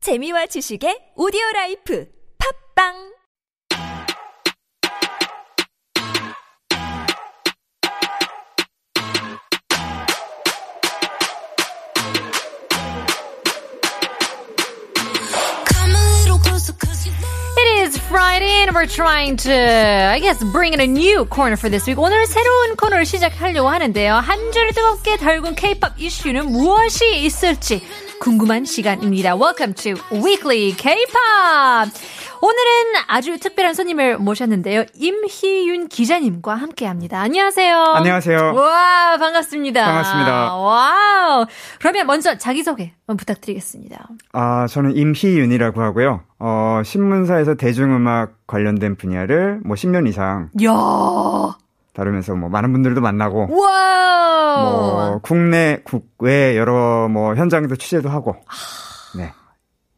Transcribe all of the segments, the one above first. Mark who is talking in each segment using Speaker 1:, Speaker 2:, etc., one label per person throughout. Speaker 1: 재미와 지식의 오디오 라이프 팝빵
Speaker 2: Come a little closer cause you know
Speaker 3: It is Friday and we're trying to, I guess, bring in a new corner for this week. 오늘 새로운 코너를 시작하려고 하는데요. 한 줄 뜨겁게 달군 K-pop 이슈는 무엇이 있을지 궁금한 시간입니다. Welcome to Weekly K-pop. 오늘은 아주 특별한 손님을 모셨는데요. 임희윤 기자님과 함께합니다. 안녕하세요.
Speaker 4: 안녕하세요.
Speaker 3: 와 반갑습니다.
Speaker 4: 반갑습니다.
Speaker 3: 와우. 그러면 먼저 자기 소개 부탁드리겠습니다.
Speaker 4: 아, 저는 임희윤이라고 하고요. 어, 신문사에서 대중음악 관련된 분야를 뭐 10년 이상
Speaker 3: 야.
Speaker 4: 다루면서 뭐 많은 분들도 만나고
Speaker 3: 와우!
Speaker 4: 뭐 국내 국외 여러 뭐 현장에도 취재도 하고 네,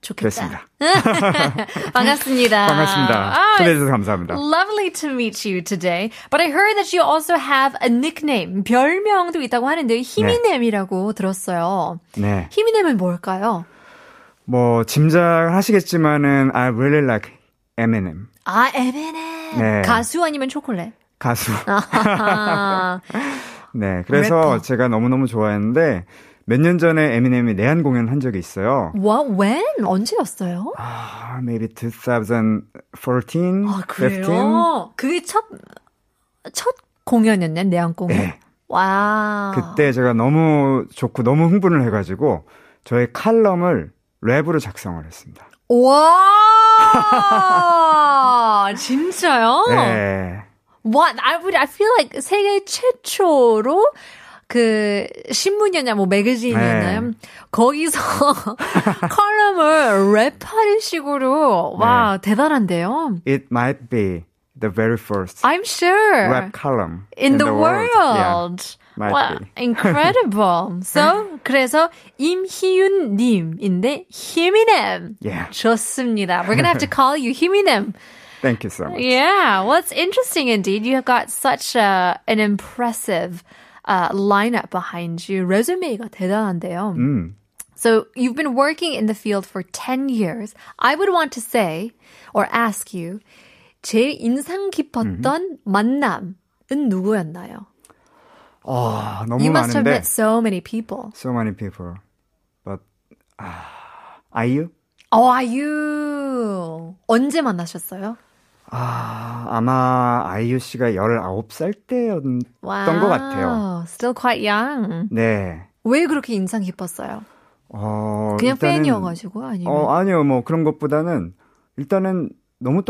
Speaker 3: 좋겠다.
Speaker 4: 그렇습니다.
Speaker 3: 반갑습니다.
Speaker 4: 반갑습니다.
Speaker 3: Ah,
Speaker 4: 초대해
Speaker 3: it's
Speaker 4: 주셔서 감사합니다.
Speaker 3: lovely to meet you today. But I heard that you also have a nickname. 별명도 있다고 하는데 히미넴이라고 들었어요.
Speaker 4: 네.
Speaker 3: 히미넴은 뭘까요?
Speaker 4: 뭐 짐작하시겠지만은 I really like Eminem
Speaker 3: 아, M&M.
Speaker 4: 네.
Speaker 3: 가수 아니면 초콜릿.
Speaker 4: 가수.
Speaker 3: 아하.
Speaker 4: 네. 그래서
Speaker 3: 래퍼.
Speaker 4: 제가 너무너무 좋아했는데 몇 년 전에 에미넴이 내한 공연 한 적이 있어요.
Speaker 3: What, when? 언제였어요? 아,
Speaker 4: 아, maybe 2014,
Speaker 3: 그래요? 그게 첫, 첫 공연이었네, 내한 공연.
Speaker 4: 네.
Speaker 3: 와.
Speaker 4: 그때 제가 너무 좋고 너무 흥분을 해가지고 저의 칼럼을 랩으로 작성을 했습니다.
Speaker 3: 와 진짜요?
Speaker 4: 네.
Speaker 3: 와, I would, I feel like 세계 최초로 그 신문이었냐 뭐 매거진이었나요?
Speaker 4: 네.
Speaker 3: 거기서 컬럼을 랩하는 식으로
Speaker 4: 네.
Speaker 3: 와 대단한데요.
Speaker 4: It might be the very first
Speaker 3: I'm sure
Speaker 4: rap column
Speaker 3: in, the, world.
Speaker 4: Yeah. might
Speaker 3: 와,
Speaker 4: be.
Speaker 3: incredible. so 그래서 임희윤님인데 히미넴.
Speaker 4: Yeah.
Speaker 3: 좋습니다. We're gonna have to call you 히미넴.
Speaker 4: Thank you so much.
Speaker 3: Yeah, well, it's interesting indeed. You have got such a, an impressive uh, lineup behind you. resume가 대단한데요.
Speaker 4: 음.
Speaker 3: So you've been working in the field for 10 years. I would want to say or ask you, 제일 인상 깊었던 만남은 누구였나요?
Speaker 4: 아, 너무
Speaker 3: You must have
Speaker 4: 많은데.
Speaker 3: met so many people.
Speaker 4: So many people. But 아, IU?
Speaker 3: Oh, are you? 언제 만나셨어요?
Speaker 4: 아, 아마 아이유 씨가 19살 때였던 것 같아요.
Speaker 3: 와우, Still quite young.
Speaker 4: 네.
Speaker 3: 왜 그렇게 인상 깊었어요?
Speaker 4: 어,
Speaker 3: 그냥
Speaker 4: 일단은-
Speaker 3: 팬이어가지고 아니면?
Speaker 4: 어, 아니요. 뭐 그런 것보다는 일단은 너무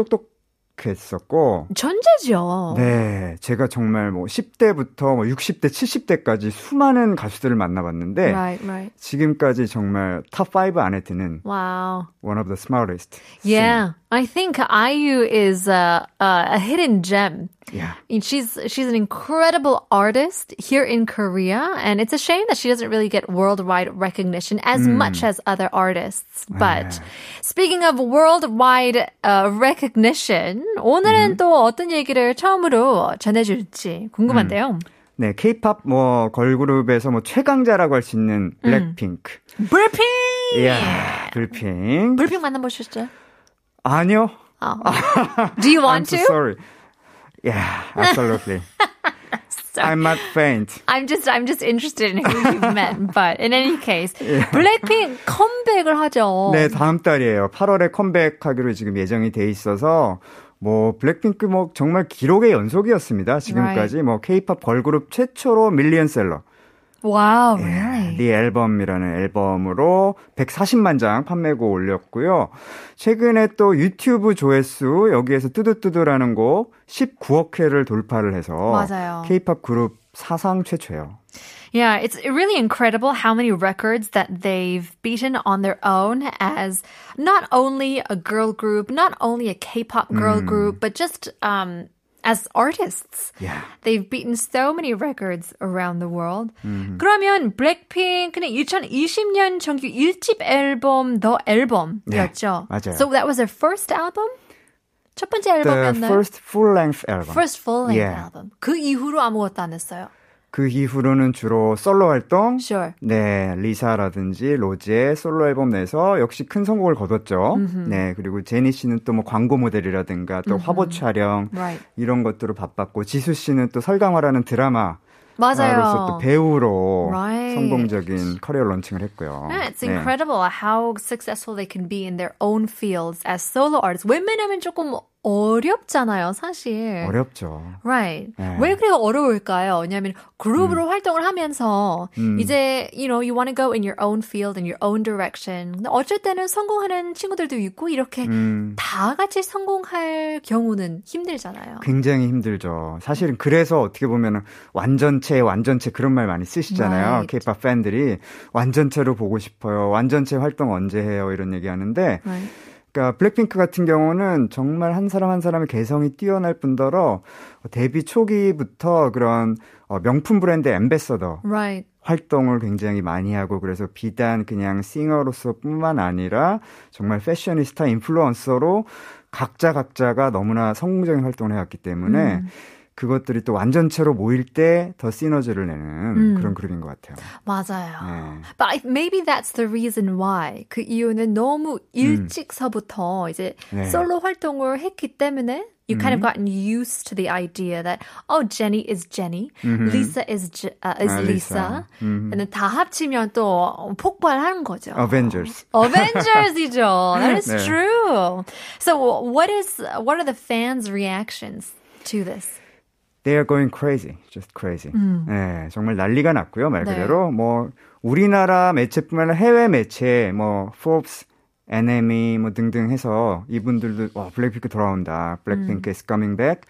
Speaker 4: 똑똑했었고
Speaker 3: 천재죠.
Speaker 4: 네, 제가 정말 뭐 10대부터 뭐 60대, 70대까지 수많은 가수들을 만나봤는데
Speaker 3: Right, right.
Speaker 4: 지금까지 정말 탑 5 안에 드는
Speaker 3: Wow.
Speaker 4: one of the smartest.
Speaker 3: Yeah, I think IU is a, a hidden gem.
Speaker 4: Yeah.
Speaker 3: And She's she's an incredible artist here in Korea, and it's a shame that she doesn't really get worldwide recognition as
Speaker 4: Hmm.
Speaker 3: much as other artists. But speaking of worldwide uh, recognition, 오늘은
Speaker 4: Hmm.
Speaker 3: 또 어떤 얘기를 처음으로 전해줄지 궁금한데요.
Speaker 4: 네, 케이팝 뭐 걸그룹에서 뭐 최강자라고 할 수
Speaker 3: 음.
Speaker 4: 있는 블랙핑크.
Speaker 3: 블핑
Speaker 4: 이야, 블핑.
Speaker 3: 블핑 만나보셨죠?
Speaker 4: 아니요.
Speaker 3: 어. Do you
Speaker 4: I'm
Speaker 3: want
Speaker 4: so
Speaker 3: to?
Speaker 4: sorry. Yeah, absolutely. I'm not faint.
Speaker 3: I'm just I'm just interested in who you've met. But in any case, 블랙핑 컴백을 하죠.
Speaker 4: 네, 다음 달이에요. 8월에 컴백하기로 지금 예정이 돼 있어서 뭐 블랙핑크 뭐 정말 기록의 연속이었습니다. 지금까지 뭐 케이팝 걸그룹 최초로 밀리언셀러
Speaker 3: Wow, really?
Speaker 4: 리 앨범이라는 앨범으로 140만 장 판매고 올렸고요. 최근에 또 유튜브 조회수 여기에서 뚜두뚜두라는 곡 19억 회를 돌파를 해서
Speaker 3: 맞아요.
Speaker 4: 케이팝 그룹 사상 최초예요.
Speaker 3: Yeah, it's really incredible how many records that they've beaten on their own as not only a girl group, not only a K-pop girl group, but just um as artists.
Speaker 4: Yeah.
Speaker 3: They've beaten so many records around the world.
Speaker 4: 음.
Speaker 3: 그러면 블랙핑크는 2020년 정규 1집 앨범 The Album이었죠.
Speaker 4: 네, 맞아요.
Speaker 3: So that was their first album? 첫 번째
Speaker 4: The
Speaker 3: 앨범이었나요?
Speaker 4: first full length album.
Speaker 3: First full length
Speaker 4: Yeah.
Speaker 3: album. 그 이후로 아무것도 안 했어요.
Speaker 4: 그 이후로는 주로 솔로 활동,
Speaker 3: Sure.
Speaker 4: 네, 리사라든지 로지의 솔로 앨범 내서 역시 큰 성공을 거뒀죠. 네, 그리고 제니 씨는 또 뭐 광고 모델이라든가 또 화보 촬영
Speaker 3: Right.
Speaker 4: 이런 것들로 바빴고 지수 씨는 또 설강화라는 드라마 로서 또
Speaker 3: 맞아요.
Speaker 4: 배우로
Speaker 3: Right.
Speaker 4: 성공적인 커리어 런칭을 했고요.
Speaker 3: Yeah, it's
Speaker 4: 네.
Speaker 3: incredible how successful they can be in their own fields as solo artists. 웬만하면 조금 어렵잖아요, 사실.
Speaker 4: 어렵죠.
Speaker 3: Right.
Speaker 4: 네.
Speaker 3: 왜 그래서 어려울까요? 왜냐하면 그룹으로 활동을 하면서
Speaker 4: 음.
Speaker 3: 이제 you know you want to go in your own field in your own direction. 근데 어쩔 때는 성공하는 친구들도 있고 이렇게
Speaker 4: 음.
Speaker 3: 다 같이 성공할 경우는 힘들잖아요.
Speaker 4: 굉장히 힘들죠. 사실은 그래서 어떻게 보면은 완전체, 완전체 그런 말 많이 쓰시잖아요.
Speaker 3: Right.
Speaker 4: 케이팝 팬들이 완전체로 보고 싶어요. 완전체 활동 언제 해요? 이런 얘기 하는데
Speaker 3: Right.
Speaker 4: 그러니까 블랙핑크 같은 경우는 정말 한 사람 한 사람의 개성이 뛰어날 뿐더러 데뷔 초기부터 그런 어, 명품 브랜드 엠베서더
Speaker 3: Right.
Speaker 4: 활동을 굉장히 많이 하고 그래서 비단 그냥 싱어로서뿐만 아니라 정말 패셔니스타 인플루언서로 각자 각자가 너무나 성공적인 활동을 해왔기 때문에
Speaker 3: 음.
Speaker 4: 그것들이 또 완전체로 모일 때 더 시너지를 내는 그런 그룹인 것 같아요.
Speaker 3: 음. 맞아요.
Speaker 4: 네.
Speaker 3: But I- maybe that's the reason why. 그 이유는
Speaker 4: 음.
Speaker 3: 너무 일찍서부터 이제
Speaker 4: 네.
Speaker 3: 솔로 활동을 했기 때문에 you kind of gotten used to the idea that oh Jenny is Jenny, Lisa is J- uh, is
Speaker 4: 아,
Speaker 3: Lisa.
Speaker 4: Lisa. 음.
Speaker 3: 근데 다 합치면 또 폭발하는 거죠.
Speaker 4: 어벤져스.
Speaker 3: Avengers이죠. That is
Speaker 4: 네.
Speaker 3: true. So what is what are the fans' reactions to this?
Speaker 4: They are going crazy. Just crazy. 네, 정말 난리가 났고요. 말
Speaker 3: 음. 네.
Speaker 4: 그대로 뭐 우리나라 매체뿐만 아니라 해외 매체 뭐 Forbes NME 뭐 등등 해서 이분들도 와 블랙핑크 돌아온다.
Speaker 3: 음.
Speaker 4: 블랙핑크 is coming back.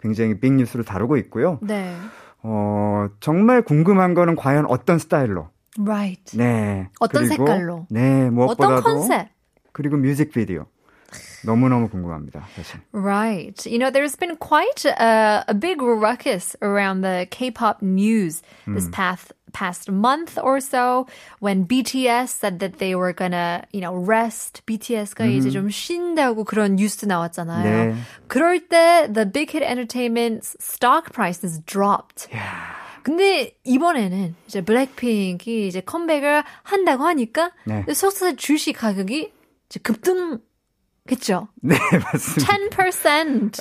Speaker 4: 굉장히 빅 뉴스로 다루고 있고요.
Speaker 3: 네.
Speaker 4: 어, 정말 궁금한 거는 과연 어떤 스타일로?
Speaker 3: Right.
Speaker 4: 네.
Speaker 3: 어떤
Speaker 4: 그리고,
Speaker 3: 색깔로?
Speaker 4: 네, 무엇보다도
Speaker 3: 어떤 컨셉?
Speaker 4: 그리고 뮤직비디오. 너무너무 궁금합니다. 사실.
Speaker 3: Right. You know, there's been quite a, a big ruckus around the K-pop news
Speaker 4: Hmm.
Speaker 3: this past past month or so when BTS said that they were gonna, you know, rest. BTS가 이제 좀 쉰다고 그런 뉴스 나왔잖아요.
Speaker 4: 네.
Speaker 3: 그럴 때 the Big Hit Entertainment's stock prices dropped. 근데 이번에는 이제 블랙핑크가 이제 컴백을 한다고 하니까
Speaker 4: 네.
Speaker 3: 소스 주식 가격이 이제 급등했죠.
Speaker 4: 네, 맞습니다.
Speaker 3: 10%.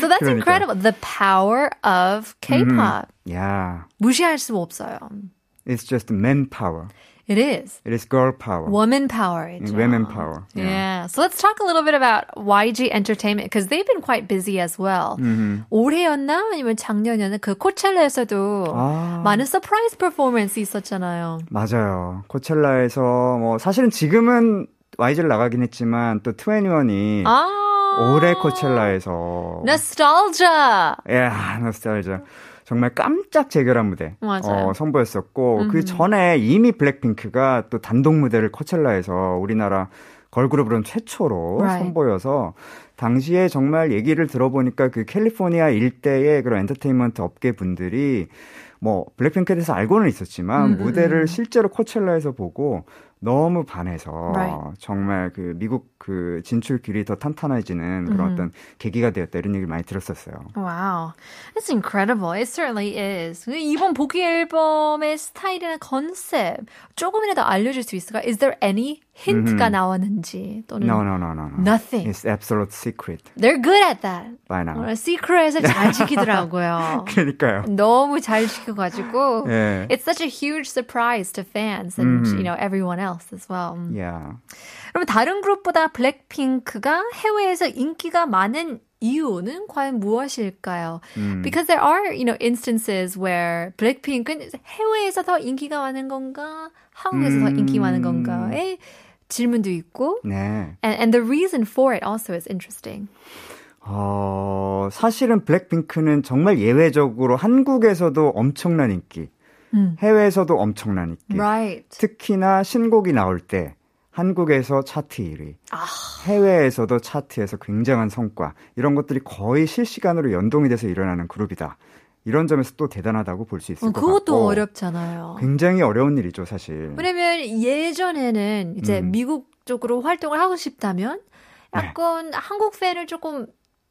Speaker 3: so that's
Speaker 4: 그러니까요.
Speaker 3: incredible. The power of K-pop.
Speaker 4: 야.
Speaker 3: 무시할 수 없어요.
Speaker 4: It's just men power.
Speaker 3: It is.
Speaker 4: It is girl power.
Speaker 3: Woman power. 이죠.
Speaker 4: Women power. Yeah.
Speaker 3: Yeah. So let's talk a little bit about YG Entertainment because they've been quite busy as well. 올해였나 아니면 작년이었나 그 코첼라에서도
Speaker 4: 아.
Speaker 3: 많은 서프라이즈 퍼포먼스 있었잖아요.
Speaker 4: 맞아요. 코첼라에서 뭐 사실은 지금은 YG를 나가긴 했지만 또 21이
Speaker 3: 아. 네,
Speaker 4: 올해 코첼라에서
Speaker 3: Nostalgia.
Speaker 4: 야, 노스타일즈. 예, 정말 깜짝 재결합 무대
Speaker 3: 맞아요. 음.
Speaker 4: 어, 선보였었고 그 전에 이미 블랙핑크가 또 단독 무대를 코첼라에서 우리나라 걸그룹으로는 최초로
Speaker 3: Right.
Speaker 4: 선보여서 당시에 정말 얘기를 들어보니까 그 캘리포니아 일대의 그런 엔터테인먼트 업계 분들이 뭐 블랙핑크에 대해서 알고는
Speaker 3: 음,
Speaker 4: 있었지만 무대를 실제로 코첼라에서 보고 너무 반해서
Speaker 3: Right.
Speaker 4: 정말 그 미국 그 진출 길이 더 탄탄해지는
Speaker 3: 음.
Speaker 4: 그런 어떤 계기가 되었다 이런 얘기를 많이 들었었어요.
Speaker 3: Wow, that's incredible. It certainly is. 근데 이번 복귀 앨범의 스타일이나 컨셉 조금이라도 알려줄 수 있을까? Is there any 힌트가 나왔는지 또는
Speaker 4: No, no, no, no, no.
Speaker 3: 음. Nothing.
Speaker 4: It's absolute secret
Speaker 3: They're good at that.
Speaker 4: by now.
Speaker 3: 어, 시크릿을 잘 지키더라고요.
Speaker 4: 그러니까요.
Speaker 3: 너무 잘 지켜가지고
Speaker 4: 예.
Speaker 3: It's such a huge surprise to fans and you know everyone else as well.
Speaker 4: Yeah.
Speaker 3: 그럼 다른 그룹보다 블랙핑크가 해외에서 인기가 많은 이유는 과연 무엇일까요?
Speaker 4: 음.
Speaker 3: Because there are, you know, instances where 블랙핑크는 해외에서 더 인기가 많은 건가, 한국에서 더 인기 많은
Speaker 4: 음.
Speaker 3: 건가의 질문도 있고,
Speaker 4: 네.
Speaker 3: and, and the reason for it also is interesting.
Speaker 4: 어, 사실은 블랙핑크는 정말 예외적으로 한국에서도 엄청난 인기,
Speaker 3: 음.
Speaker 4: 해외에서도 엄청난 인기.
Speaker 3: Right.
Speaker 4: 특히나 신곡이 나올 때 한국에서 차트 1위,
Speaker 3: 아.
Speaker 4: 해외에서도 차트에서 굉장한 성과 이런 것들이 거의 실시간으로 연동이 돼서 일어나는 그룹이다. 이런 점에서 또 대단하다고 볼 수 있을 것 같고.
Speaker 3: 어,
Speaker 4: 그
Speaker 3: 그것도 어렵잖아요.
Speaker 4: 굉장히 어려운 일이죠, 사실.
Speaker 3: 왜냐면 예전에는 이제
Speaker 4: 음.
Speaker 3: 미국 쪽으로
Speaker 4: 네.
Speaker 3: 활동을 하고 싶다면 약간 한국 팬을 조금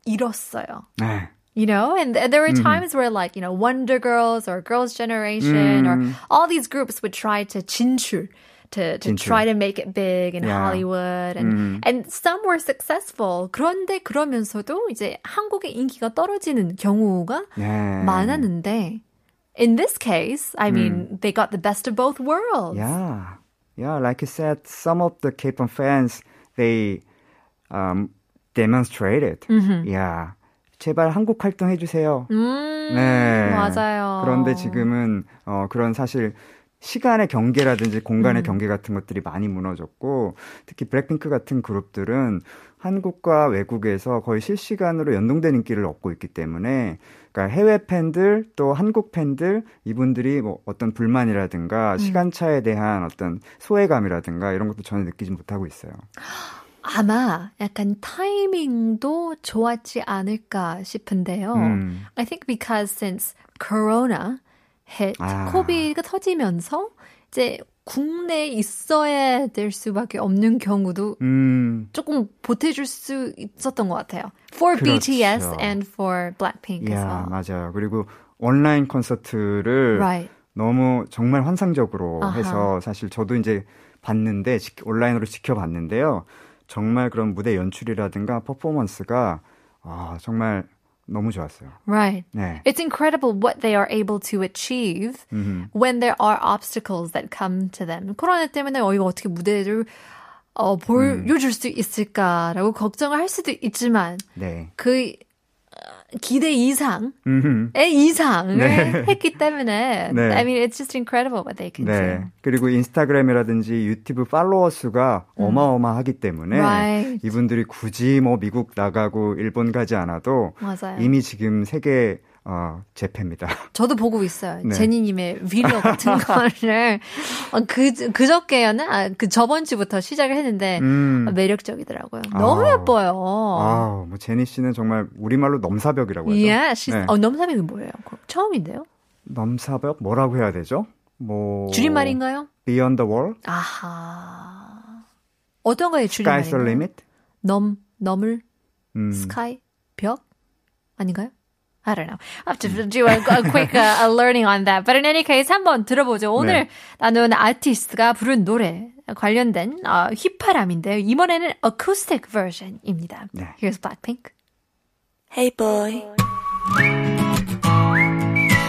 Speaker 3: 잃었어요.
Speaker 4: 네.
Speaker 3: You know, and th- there were times where like, you know, Wonder Girls or Girls' Generation
Speaker 4: Mm,
Speaker 3: or all these groups would try to chinchul, to, to
Speaker 4: 진출.
Speaker 3: try to make it big in
Speaker 4: Yeah. Mm.
Speaker 3: Hollywood. And, and some were successful. 그런데 그러면서도 이제 한국의 인기가 떨어지는 경우가
Speaker 4: 네. 음.
Speaker 3: 많았는데, in this case, I mean, they got the best of both worlds.
Speaker 4: Yeah. Yeah, like you said, some of the K-pop fans they um demonstrated.
Speaker 3: Mm.
Speaker 4: Yeah. 제발 한국 활동해 주세요.
Speaker 3: 음,
Speaker 4: 네.
Speaker 3: 맞아요.
Speaker 4: 그런데 지금은 어 그런 사실 시간의 경계라든지 공간의 경계 같은 것들이 많이 무너졌고 특히 블랙핑크 같은 그룹들은 한국과 외국에서 거의 실시간으로 연동된 인기를 얻고 있기 때문에 그러니까 해외 팬들 또 한국 팬들 이분들이 뭐 어떤 불만이라든가 시간차에 대한 어떤 소외감이라든가 이런 것도 전혀 느끼지 못하고 있어요.
Speaker 3: 아마 약간 타이밍도 좋았지 않을까 싶은데요.
Speaker 4: 음.
Speaker 3: I think because since Corona hit,
Speaker 4: 아.
Speaker 3: 코비가 터지면서 이제 국내에 있어야 될 수밖에 없는 경우도
Speaker 4: 음.
Speaker 3: 조금 보태줄 수 있었던 것 같아요. For
Speaker 4: 그렇죠.
Speaker 3: BTS and for Blackpink as
Speaker 4: 야,
Speaker 3: well.
Speaker 4: 맞아요. 그리고 온라인 콘서트를
Speaker 3: Right.
Speaker 4: 너무 정말 환상적으로
Speaker 3: 아하.
Speaker 4: 해서 사실 저도 이제 봤는데 지- 온라인으로 지켜봤는데요. 정말 그런 무대 연출이라든가 퍼포먼스가 아, 정말 너무 좋았어요.
Speaker 3: Right.
Speaker 4: 네.
Speaker 3: It's incredible what they are able to achieve when there are obstacles that come to them. 코로나 때문에 어, 이거 어떻게 무대를
Speaker 4: 음.
Speaker 3: 어, 보여줄 수 있을까라고 걱정을 할 수도 있지만
Speaker 4: 네.
Speaker 3: 그 어, 기대 이상의
Speaker 4: 음흠.
Speaker 3: 이상을 했기 때문에
Speaker 4: 네.
Speaker 3: I mean it's just incredible what they can
Speaker 4: 네.
Speaker 3: do.
Speaker 4: 그리고 인스타그램이라든지 유튜브 팔로워 수가 어마어마하기 때문에
Speaker 3: 음. Right.
Speaker 4: 이분들이 굳이 뭐 미국 나가고 일본 가지 않아도
Speaker 3: 맞아요.
Speaker 4: 이미 지금 세계 어, 재패입니다.
Speaker 3: 저도 보고 있어요.
Speaker 4: 네.
Speaker 3: 제니님의 비디오 같은 거를 어, 그 그저께였나 아, 그 저번 주부터 시작을 했는데
Speaker 4: 음.
Speaker 3: 네. 매력적이더라고요. 너무
Speaker 4: 아.
Speaker 3: 예뻐요.
Speaker 4: 아우, 뭐 제니 씨는 정말 우리말로 넘사벽이라고 하죠.
Speaker 3: Yeah, she's.
Speaker 4: 네.
Speaker 3: 어, 넘사벽이 뭐예요? 그거 처음인데요?
Speaker 4: 넘사벽 뭐라고 해야 되죠? 뭐
Speaker 3: 줄임말인가요?
Speaker 4: Beyond the wall,
Speaker 3: 아하. 어떤 거에
Speaker 4: sky's the
Speaker 3: 줄임말인가요?
Speaker 4: limit.
Speaker 3: 넘, 넘을,
Speaker 4: 음.
Speaker 3: sky, 벽? 아닌가요? I don't know. I have to do a, a quick uh, a learning on that. But in any case, 한번 들어보죠.
Speaker 4: 네.
Speaker 3: 오늘 나눈 아티스트가 부른 노래 관련된 어, 휘파람인데요. 이번에는 acoustic version입니다.
Speaker 4: 네.
Speaker 3: Here's Blackpink.
Speaker 2: Hey boy.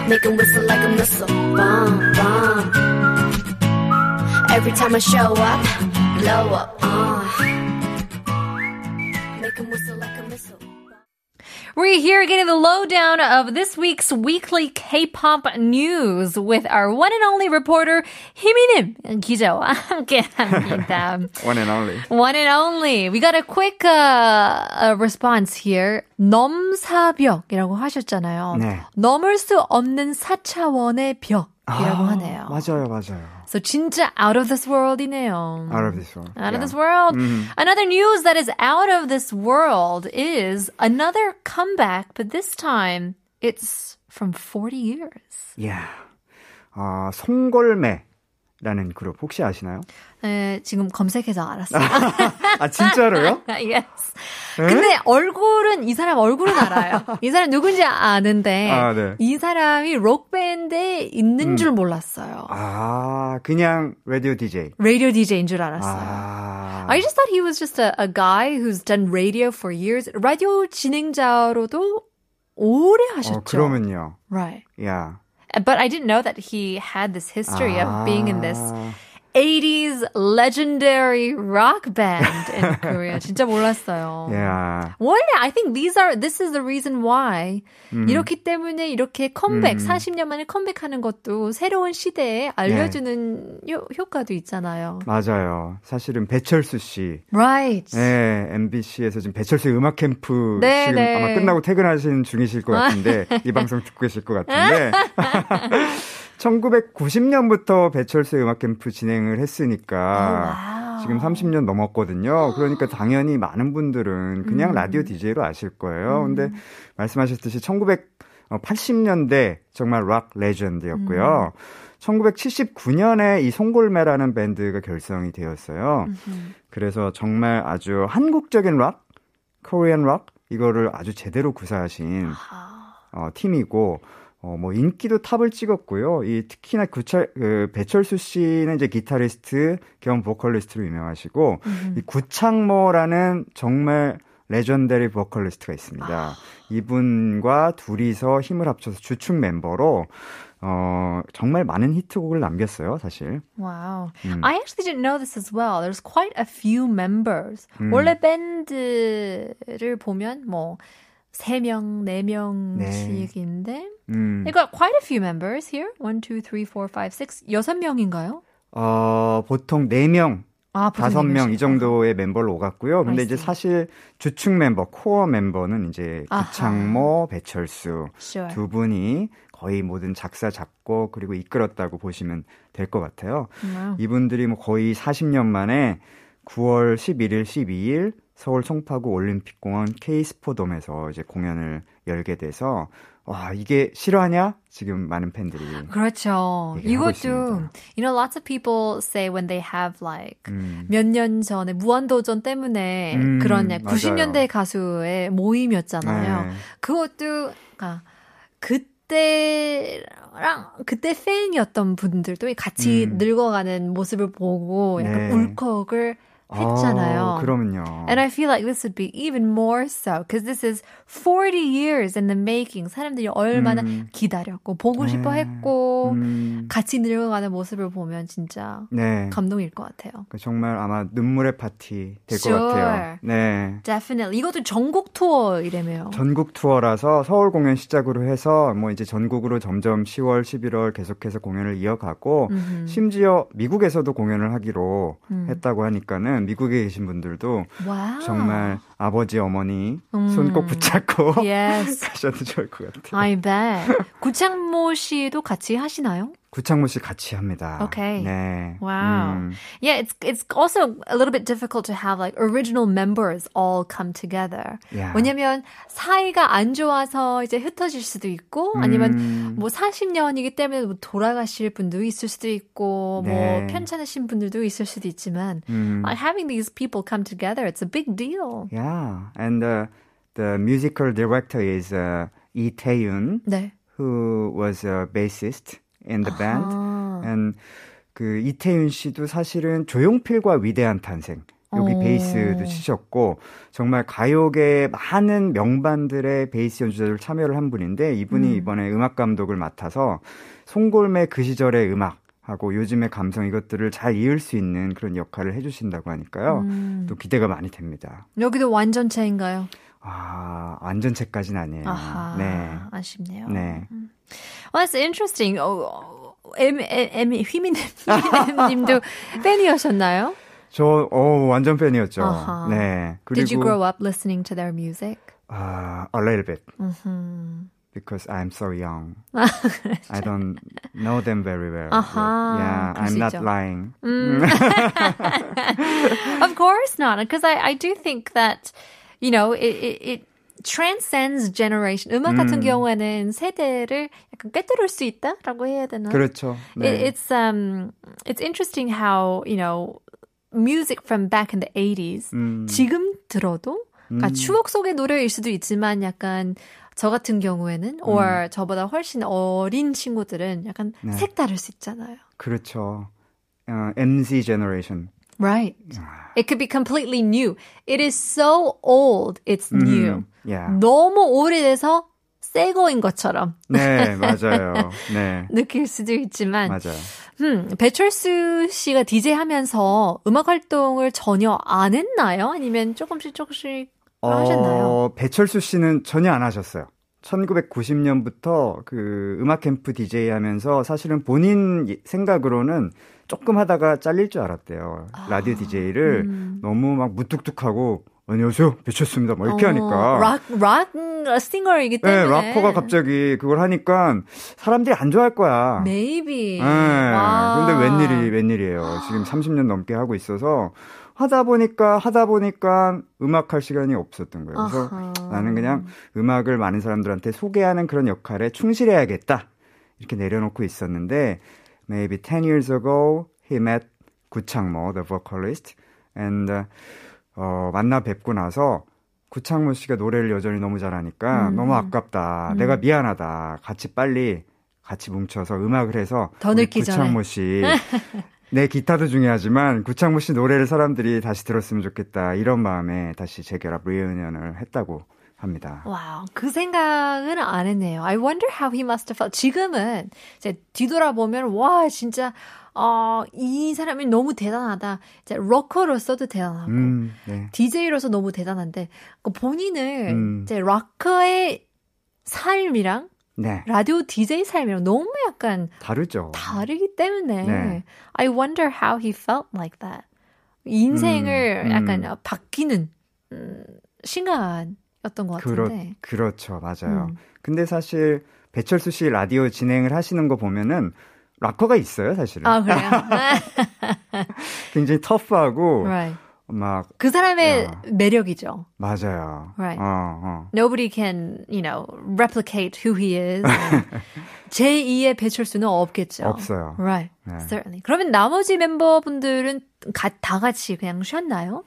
Speaker 2: Make him whistle like a missile. Bomb, bomb. Every time I show up, blow up. Uh. Make him whistle like a missile.
Speaker 3: We're here getting the lowdown of this week's weekly K-pop news with our one and only reporter 희미님 기자와 함께합니다.
Speaker 4: One and only.
Speaker 3: one and only. We got a quick uh, uh, response here. 넘사벽이라고 하셨잖아요.
Speaker 4: 네.
Speaker 3: 넘을 수 없는 사차원의 벽이라고 하네요.
Speaker 4: 맞아요, 맞아요.
Speaker 3: So 진짜 out of this world이네요.
Speaker 4: Out of this world.
Speaker 3: Out of
Speaker 4: Yeah.
Speaker 3: this world. Another news that is out of this world is another comeback, but this time it's from 40 years.
Speaker 4: Yeah. 아, 송골매라는 그룹 혹시 아시나요?
Speaker 3: 에, 지금 검색해서 알았어요.
Speaker 4: 아 진짜로요?
Speaker 3: yes. 근데 얼굴은 이 사람 얼굴은 알아요. 이 사람 누군지 아는데
Speaker 4: 아, 네. 음.
Speaker 3: 이 사람이 록밴드에 있는 줄 몰랐어요.
Speaker 4: 아 그냥 라디오 DJ.
Speaker 3: 라디오 DJ인 줄 알았어요.
Speaker 4: 아,
Speaker 3: I just thought he was just a, a guy who's done radio for years. 라디오 진행자로도 오래 하셨죠.
Speaker 4: 어, 그러면요.
Speaker 3: Right.
Speaker 4: 야.
Speaker 3: But I didn't know that he had this history of being in this
Speaker 4: 아,
Speaker 3: 80s legendary rock band in Korea. 진짜 몰랐어요.
Speaker 4: 예. Yeah.
Speaker 3: 원래 I think these are this is the reason why
Speaker 4: 음.
Speaker 3: 이렇기 때문에 이렇게 컴백 40년 만에 컴백하는 것도 새로운 시대에 알려주는
Speaker 4: 네.
Speaker 3: 효, 효과도 있잖아요.
Speaker 4: 맞아요. 사실은 배철수 씨.
Speaker 3: Right.
Speaker 4: 네, MBC에서 지금 배철수 음악 캠프
Speaker 3: 네,
Speaker 4: 지금
Speaker 3: 네. 아.
Speaker 4: 아마 끝나고 퇴근하시는 중이실 것 같은데 이 방송 듣고 계실 것 같은데 1990년부터 배철수 음악 캠프 진행을 했으니까
Speaker 3: 아, 와우.
Speaker 4: 아, 지금 30년 넘었거든요. 그러니까 당연히 많은 분들은
Speaker 3: 음.
Speaker 4: 그냥 라디오 DJ로 아실 거예요. 근데 말씀하셨듯이 1980년대 정말 락 레전드였고요.
Speaker 3: 음.
Speaker 4: 1979년에 이 송골매라는 밴드가 결성이
Speaker 3: 음.
Speaker 4: 되었어요. 그래서 정말 음. 아주 한국적인 락, 코리안 락 이거를 아주 제대로 구사하신 어, 팀이고 어, 뭐 인기도 탑을 찍었고요. 이 특히나 구철 그 배철수 씨는 이제 기타리스트 겸 보컬리스트로 유명하시고
Speaker 3: 음,
Speaker 4: 이 구창모라는 정말 레전더리 보컬리스트가 있습니다.
Speaker 3: 아.
Speaker 4: 이분과 둘이서 힘을 합쳐서 주축 멤버로 어 정말 많은 히트곡을 남겼어요, 사실.
Speaker 3: Wow.
Speaker 4: 음.
Speaker 3: I actually didn't know this as well. There's quite a few members.
Speaker 4: 음,
Speaker 3: 원래 밴드를 보면 뭐 3명, 4명씩인데
Speaker 4: 음.
Speaker 3: They got quite a few members here. 1 2 3 4 5 6 여섯 명인가요?
Speaker 4: 어 보통 4명
Speaker 3: 아, 보통
Speaker 4: 다섯
Speaker 3: 네
Speaker 4: 명 이
Speaker 3: 명씩.
Speaker 4: 정도의 멤버로 오갔고요. 근데
Speaker 3: I
Speaker 4: 이제
Speaker 3: see.
Speaker 4: 사실 주축 멤버, 코어 멤버는 이제
Speaker 3: 아하. 네.
Speaker 4: 구창모, 배철수
Speaker 3: Sure.
Speaker 4: 두 분이 거의 모든 작사 작곡 그리고 이끌었다고 보시면 될 것 같아요.
Speaker 3: Wow.
Speaker 4: 이분들이 뭐 거의 40년 만에 9월 11일, 12일 서울 송파구 올림픽공원 K스포돔에서 이제 공연을 열게 돼서 와 이게 실화냐? 지금 많은 팬들이
Speaker 3: 그렇죠.
Speaker 4: 얘기를 하고
Speaker 3: 이것도 you know lots of people say when they have like
Speaker 4: 음,
Speaker 3: 몇 년 전에 무한도전 때문에
Speaker 4: 음,
Speaker 3: 그런
Speaker 4: 맞아요.
Speaker 3: 90년대 가수의 모임이었잖아요.
Speaker 4: 네.
Speaker 3: 그것도 아, 그때랑 그때 팬이었던 분들도 같이
Speaker 4: 음.
Speaker 3: 늙어가는 모습을 보고 약간
Speaker 4: 네.
Speaker 3: 울컥을 했잖아요.
Speaker 4: 아, 그러면요.
Speaker 3: And I feel like this would be even more so because this is 40 years in the making. 사람들이 얼마나
Speaker 4: 음.
Speaker 3: 기다렸고 보고
Speaker 4: 네.
Speaker 3: 싶어 했고
Speaker 4: 음,
Speaker 3: 같이 늙어가는 모습을 보면 진짜
Speaker 4: 네.
Speaker 3: 감동일 것 같아요.
Speaker 4: 그 정말 아마 눈물의 파티 될 것
Speaker 3: Sure.
Speaker 4: 같아요. 네.
Speaker 3: Definitely. 이것도 전국 투어이래매요.
Speaker 4: 전국 투어라서 서울 공연 시작으로 해서 뭐 이제 전국으로 점점 10월, 11월 계속해서 공연을 이어가고
Speaker 3: 음흠.
Speaker 4: 심지어 미국에서도 공연을 하기로
Speaker 3: 음.
Speaker 4: 했다고 하니까는 미국에 계신 분들도
Speaker 3: 와우.
Speaker 4: 정말 아버지, 어머니
Speaker 3: 음. 예.
Speaker 4: 손 꼭 붙잡고
Speaker 3: Yes.
Speaker 4: 가셔도 좋을 것 같아요.
Speaker 3: I bet. 구창모 씨도 같이 하시나요?
Speaker 4: 구창모 씨 같이 합니다.
Speaker 3: 오케이.
Speaker 4: 네.
Speaker 3: 와우.
Speaker 4: 음,
Speaker 3: Yeah, it's it's also a little bit difficult to have like original members all come together.
Speaker 4: 야.
Speaker 3: 왜냐면 사이가 안 좋아서 이제 흩어질 수도 있고 아니면
Speaker 4: 음,
Speaker 3: 뭐 40년이기 때문에 뭐 돌아가실 분도 있을 수도 있고
Speaker 4: 네.
Speaker 3: 뭐 편찮으신 분들도 있을 수도 있지만
Speaker 4: 음.
Speaker 3: like having these people come together, it's a big deal.
Speaker 4: Yeah, and uh, the musical director is uh, Lee Tae-yoon,
Speaker 3: 네.
Speaker 4: who was a bassist in the band.
Speaker 3: 아.
Speaker 4: And 그 이태윤 씨도 사실은 조용필과 위대한 탄생 여기
Speaker 3: 오.
Speaker 4: 베이스도 치셨고 정말 가요계 많은 명반들의 베이스 연주자들 참여를 한 분인데 이분이 이번에 음악 감독을 맡아서 송골매 그 시절의 음악 하고 요즘의 감성 이것들을 잘 이을 수 있는 그런 역할을 해주신다고 하니까요.
Speaker 3: 음.
Speaker 4: 또 기대가 많이 됩니다.
Speaker 3: 여기도 완전체인가요?
Speaker 4: 아, 완전체까지는 아니에요.
Speaker 3: 아하, 음.
Speaker 4: 네.
Speaker 3: 아쉽네요.
Speaker 4: 네.
Speaker 3: Well, that's interesting. 어, M, M, M, 휘민님, 휘민님도 팬이셨나요?
Speaker 4: 저, 어, 완전 팬이었죠.
Speaker 3: 아하.
Speaker 4: 네. 그리고,
Speaker 3: Did you grow up listening to their music?
Speaker 4: 아, a little bit.
Speaker 3: 음흠.
Speaker 4: Because I'm so young. I don't know them very well.
Speaker 3: 아, 그렇죠. 아하,
Speaker 4: Yeah,
Speaker 3: 그럴 수
Speaker 4: I'm not
Speaker 3: 있죠. 음.
Speaker 4: lying.
Speaker 3: Of course not, because I, I do think that, you know, it, it, it transcends generation. 음악 같은 경우에는 세대를 약간 꿰뚫을 수 있다라고 해야 되나?
Speaker 4: 그렇죠.
Speaker 3: It,
Speaker 4: 네.
Speaker 3: it's um, it's interesting how you know music from back in the 80s
Speaker 4: 음.
Speaker 3: 지금 들어도 그러니까 추억 속의 노래일 수도 있지만 약간 저 같은 경우에는 or 저보다 훨씬 어린 친구들은 약간
Speaker 4: 음. 네.
Speaker 3: 색다를 수 있잖아요.
Speaker 4: 그렇죠. 어, MZ generation.
Speaker 3: Right.
Speaker 4: 아.
Speaker 3: It could be completely new. It is so old. It's new.
Speaker 4: 음, yeah.
Speaker 3: 너무 오래돼서 새 거인 것처럼
Speaker 4: 네, 맞아요. 네.
Speaker 3: 느낄 수도 있지만
Speaker 4: 맞아요.
Speaker 3: 음, 배철수 씨가 DJ 하면서 음악 활동을 전혀 안 했나요? 아니면 조금씩 조금씩 하셨나요?
Speaker 4: 어, 배철수 씨는 전혀 안 하셨어요. 1990년부터 그 음악 캠프 DJ 하면서 사실은 본인 이- 생각으로는 조금 하다가 잘릴 줄 알았대요. 라디오 DJ를
Speaker 3: 아, 음.
Speaker 4: 너무 막 무뚝뚝하고 안녕하세요 배철수입니다. 막 이렇게
Speaker 3: 어,
Speaker 4: 하니까
Speaker 3: 락, 락 음, 싱어이기 때문에.
Speaker 4: 네, 락커가 갑자기 그걸 하니까 사람들이 안 좋아할 거야.
Speaker 3: Maybe.
Speaker 4: 예.
Speaker 3: 와.
Speaker 4: 근데 웬일이 웬일이에요. 지금 30년 넘게 하고 있어서 하다 보니까 하다 보니까 음악 할 시간이 없었던 거예요. 그래서
Speaker 3: 아하.
Speaker 4: 나는 그냥 음악을 많은 사람들한테 소개하는 그런 역할에 충실해야겠다. 이렇게 내려놓고 있었는데 maybe 10 years ago he met 구창모 the vocalist and 어 만나 뵙고 나서 구창모 씨가 노래를 여전히 너무 잘하니까
Speaker 3: 음.
Speaker 4: 너무 아깝다.
Speaker 3: 음.
Speaker 4: 내가 미안하다. 같이 빨리 같이 뭉쳐서 음악을 해서
Speaker 3: 더
Speaker 4: 우리
Speaker 3: 늙기 전에.
Speaker 4: 구창모 씨. 내 기타도 중요하지만 구창모 씨 노래를 사람들이 다시 들었으면 좋겠다. 이런 마음에 다시 재결합 리유니언을 했다고 합니다.
Speaker 3: 와우, 그 생각은 안 했네요. I wonder how he must have felt. 지금은 이제 뒤돌아보면 와 진짜 어, 이 사람이 너무 대단하다. 이제 로커로서도 대단하고
Speaker 4: 음, 네.
Speaker 3: DJ로서 너무 대단한데 그 본인을
Speaker 4: 음.
Speaker 3: 이제 로커의 삶이랑
Speaker 4: 네.
Speaker 3: 라디오 DJ 삶이랑 너무 약간
Speaker 4: 다르죠.
Speaker 3: 다르기 때문에
Speaker 4: 네.
Speaker 3: I wonder how he felt like that. 인생을
Speaker 4: 음, 음.
Speaker 3: 약간 어, 바뀌는 음, 시간이었던 것
Speaker 4: 그렇,
Speaker 3: 같은데.
Speaker 4: 그렇죠. 맞아요.
Speaker 3: 음.
Speaker 4: 근데 사실 배철수 씨 라디오 진행을 하시는 거 보면은 락커가 있어요, 사실은.
Speaker 3: 아 그래요?
Speaker 4: 굉장히 터프하고
Speaker 3: right.
Speaker 4: 막
Speaker 3: 그 사람의
Speaker 4: 어. 야.
Speaker 3: 매력이죠.
Speaker 4: 맞아요.
Speaker 3: Right.
Speaker 4: 어, 어.
Speaker 3: Nobody can, you know, replicate who he is. 제 2의 배철수는 없겠죠.
Speaker 4: 없어요.
Speaker 3: Right.
Speaker 4: 네.
Speaker 3: Certainly. 그러면 나머지 멤버분들은 가, 다 같이 그냥 쉬었나요?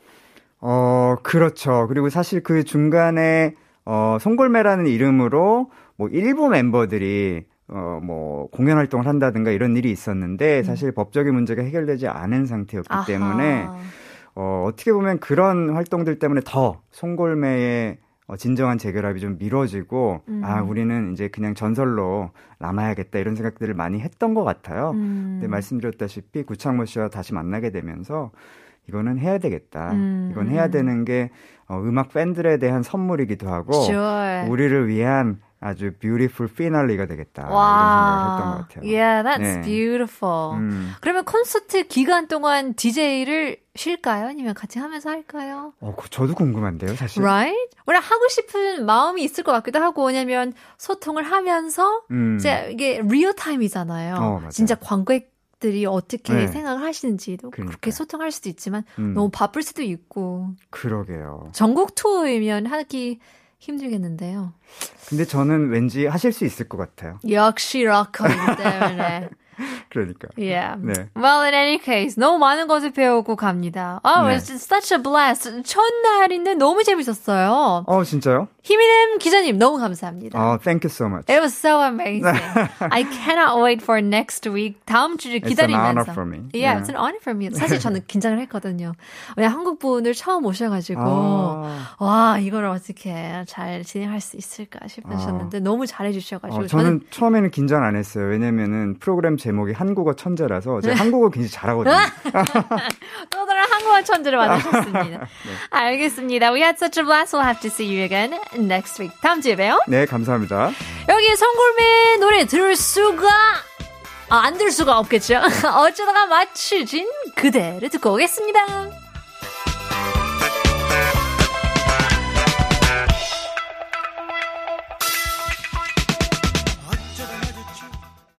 Speaker 4: 어, 그렇죠. 그리고 사실 그 중간에 어, 송골매라는 이름으로 뭐 일부 멤버들이 어, 뭐 공연 활동을 한다든가 이런 일이 있었는데 사실 법적인 문제가 해결되지 않은 상태였기
Speaker 3: 음. 아하.
Speaker 4: 때문에 어, 어떻게 보면 그런 활동들 때문에 더 송골매의 어, 진정한 재결합이 좀 미뤄지고
Speaker 3: 음.
Speaker 4: 아 우리는 이제 그냥 전설로 남아야겠다 이런 생각들을 많이 했던 것 같아요.
Speaker 3: 음.
Speaker 4: 근데 네, 말씀드렸다시피 구창모 씨와 다시 만나게 되면서 이거는 해야 되겠다.
Speaker 3: 음,
Speaker 4: 이건 해야 되는 게 어, 음악 팬들에 대한 선물이기도 하고
Speaker 3: Sure.
Speaker 4: 우리를 위한 아주 뷰티풀 피날리가 되겠다. 이런 생각을 했던 것 같아요.
Speaker 3: Yeah, that's
Speaker 4: 네.
Speaker 3: beautiful.
Speaker 4: 음.
Speaker 3: 그러면 콘서트 기간 동안 DJ를 쉴까요? 아니면 같이 하면서 할까요?
Speaker 4: 어, 그- 저도 궁금한데요, 사실.
Speaker 3: Right? 원래 하고 싶은 마음이 있을 것 같기도 하고, 왜냐면 소통을 하면서,
Speaker 4: 음.
Speaker 3: 이제 이게 리얼 타임이잖아요.
Speaker 4: 어, 맞아요.
Speaker 3: 진짜 관객들이 어떻게
Speaker 4: 네.
Speaker 3: 생각을 하시는지도 그렇게
Speaker 4: 그러니까요.
Speaker 3: 소통할 수도 있지만,
Speaker 4: 음,
Speaker 3: 너무 바쁠 수도 있고,
Speaker 4: 그러게요.
Speaker 3: 전국 투어이면 하기 힘들겠는데요.
Speaker 4: 근데 저는 왠지 하실 수 있을 것 같아요.
Speaker 3: 역시 락커이기 때문에.
Speaker 4: 그러니까.
Speaker 3: Yeah.
Speaker 4: 네.
Speaker 3: Well, in any case, 너무 많은 것을 배우고 갑니다. Oh,
Speaker 4: 네.
Speaker 3: it's just such a blast. 첫날인데 너무 재밌었어요.
Speaker 4: 어, 진짜요?
Speaker 3: 히미넴 기자님, 너무 감사합니다.
Speaker 4: 어, thank you so much.
Speaker 3: It was so amazing. I cannot wait for next week. 다음 주를
Speaker 4: It's an honor
Speaker 3: 기다리면서.
Speaker 4: for me.
Speaker 3: Yeah,
Speaker 4: 네.
Speaker 3: it's an honor for me. 사실 저는 긴장을 했거든요. 왜 한국분을 처음 오셔가지고
Speaker 4: 아.
Speaker 3: 와 이걸 어떻게 잘 진행할 수 있을까 싶으셨는데 너무 잘해주셔가지고
Speaker 4: 아. 어, 저는 처음에는 긴장 안 했어요. 왜냐면은 프로그램 제목이 한국어 천재라서 제가 한국어 굉장히 잘하거든요.
Speaker 3: 또 다른 한국어 천재를
Speaker 4: 네.
Speaker 3: 만나셨습니다. 알겠습니다. We had such a blast. We'll have to see you again next week. 다음 주에 봬요.
Speaker 4: 네, 감사합니다.
Speaker 3: 여기 성골매 노래 들을 수가 아, 안 들을 수가 없겠죠. 어쩌다가 마치 진 그대를 듣고 오겠습니다.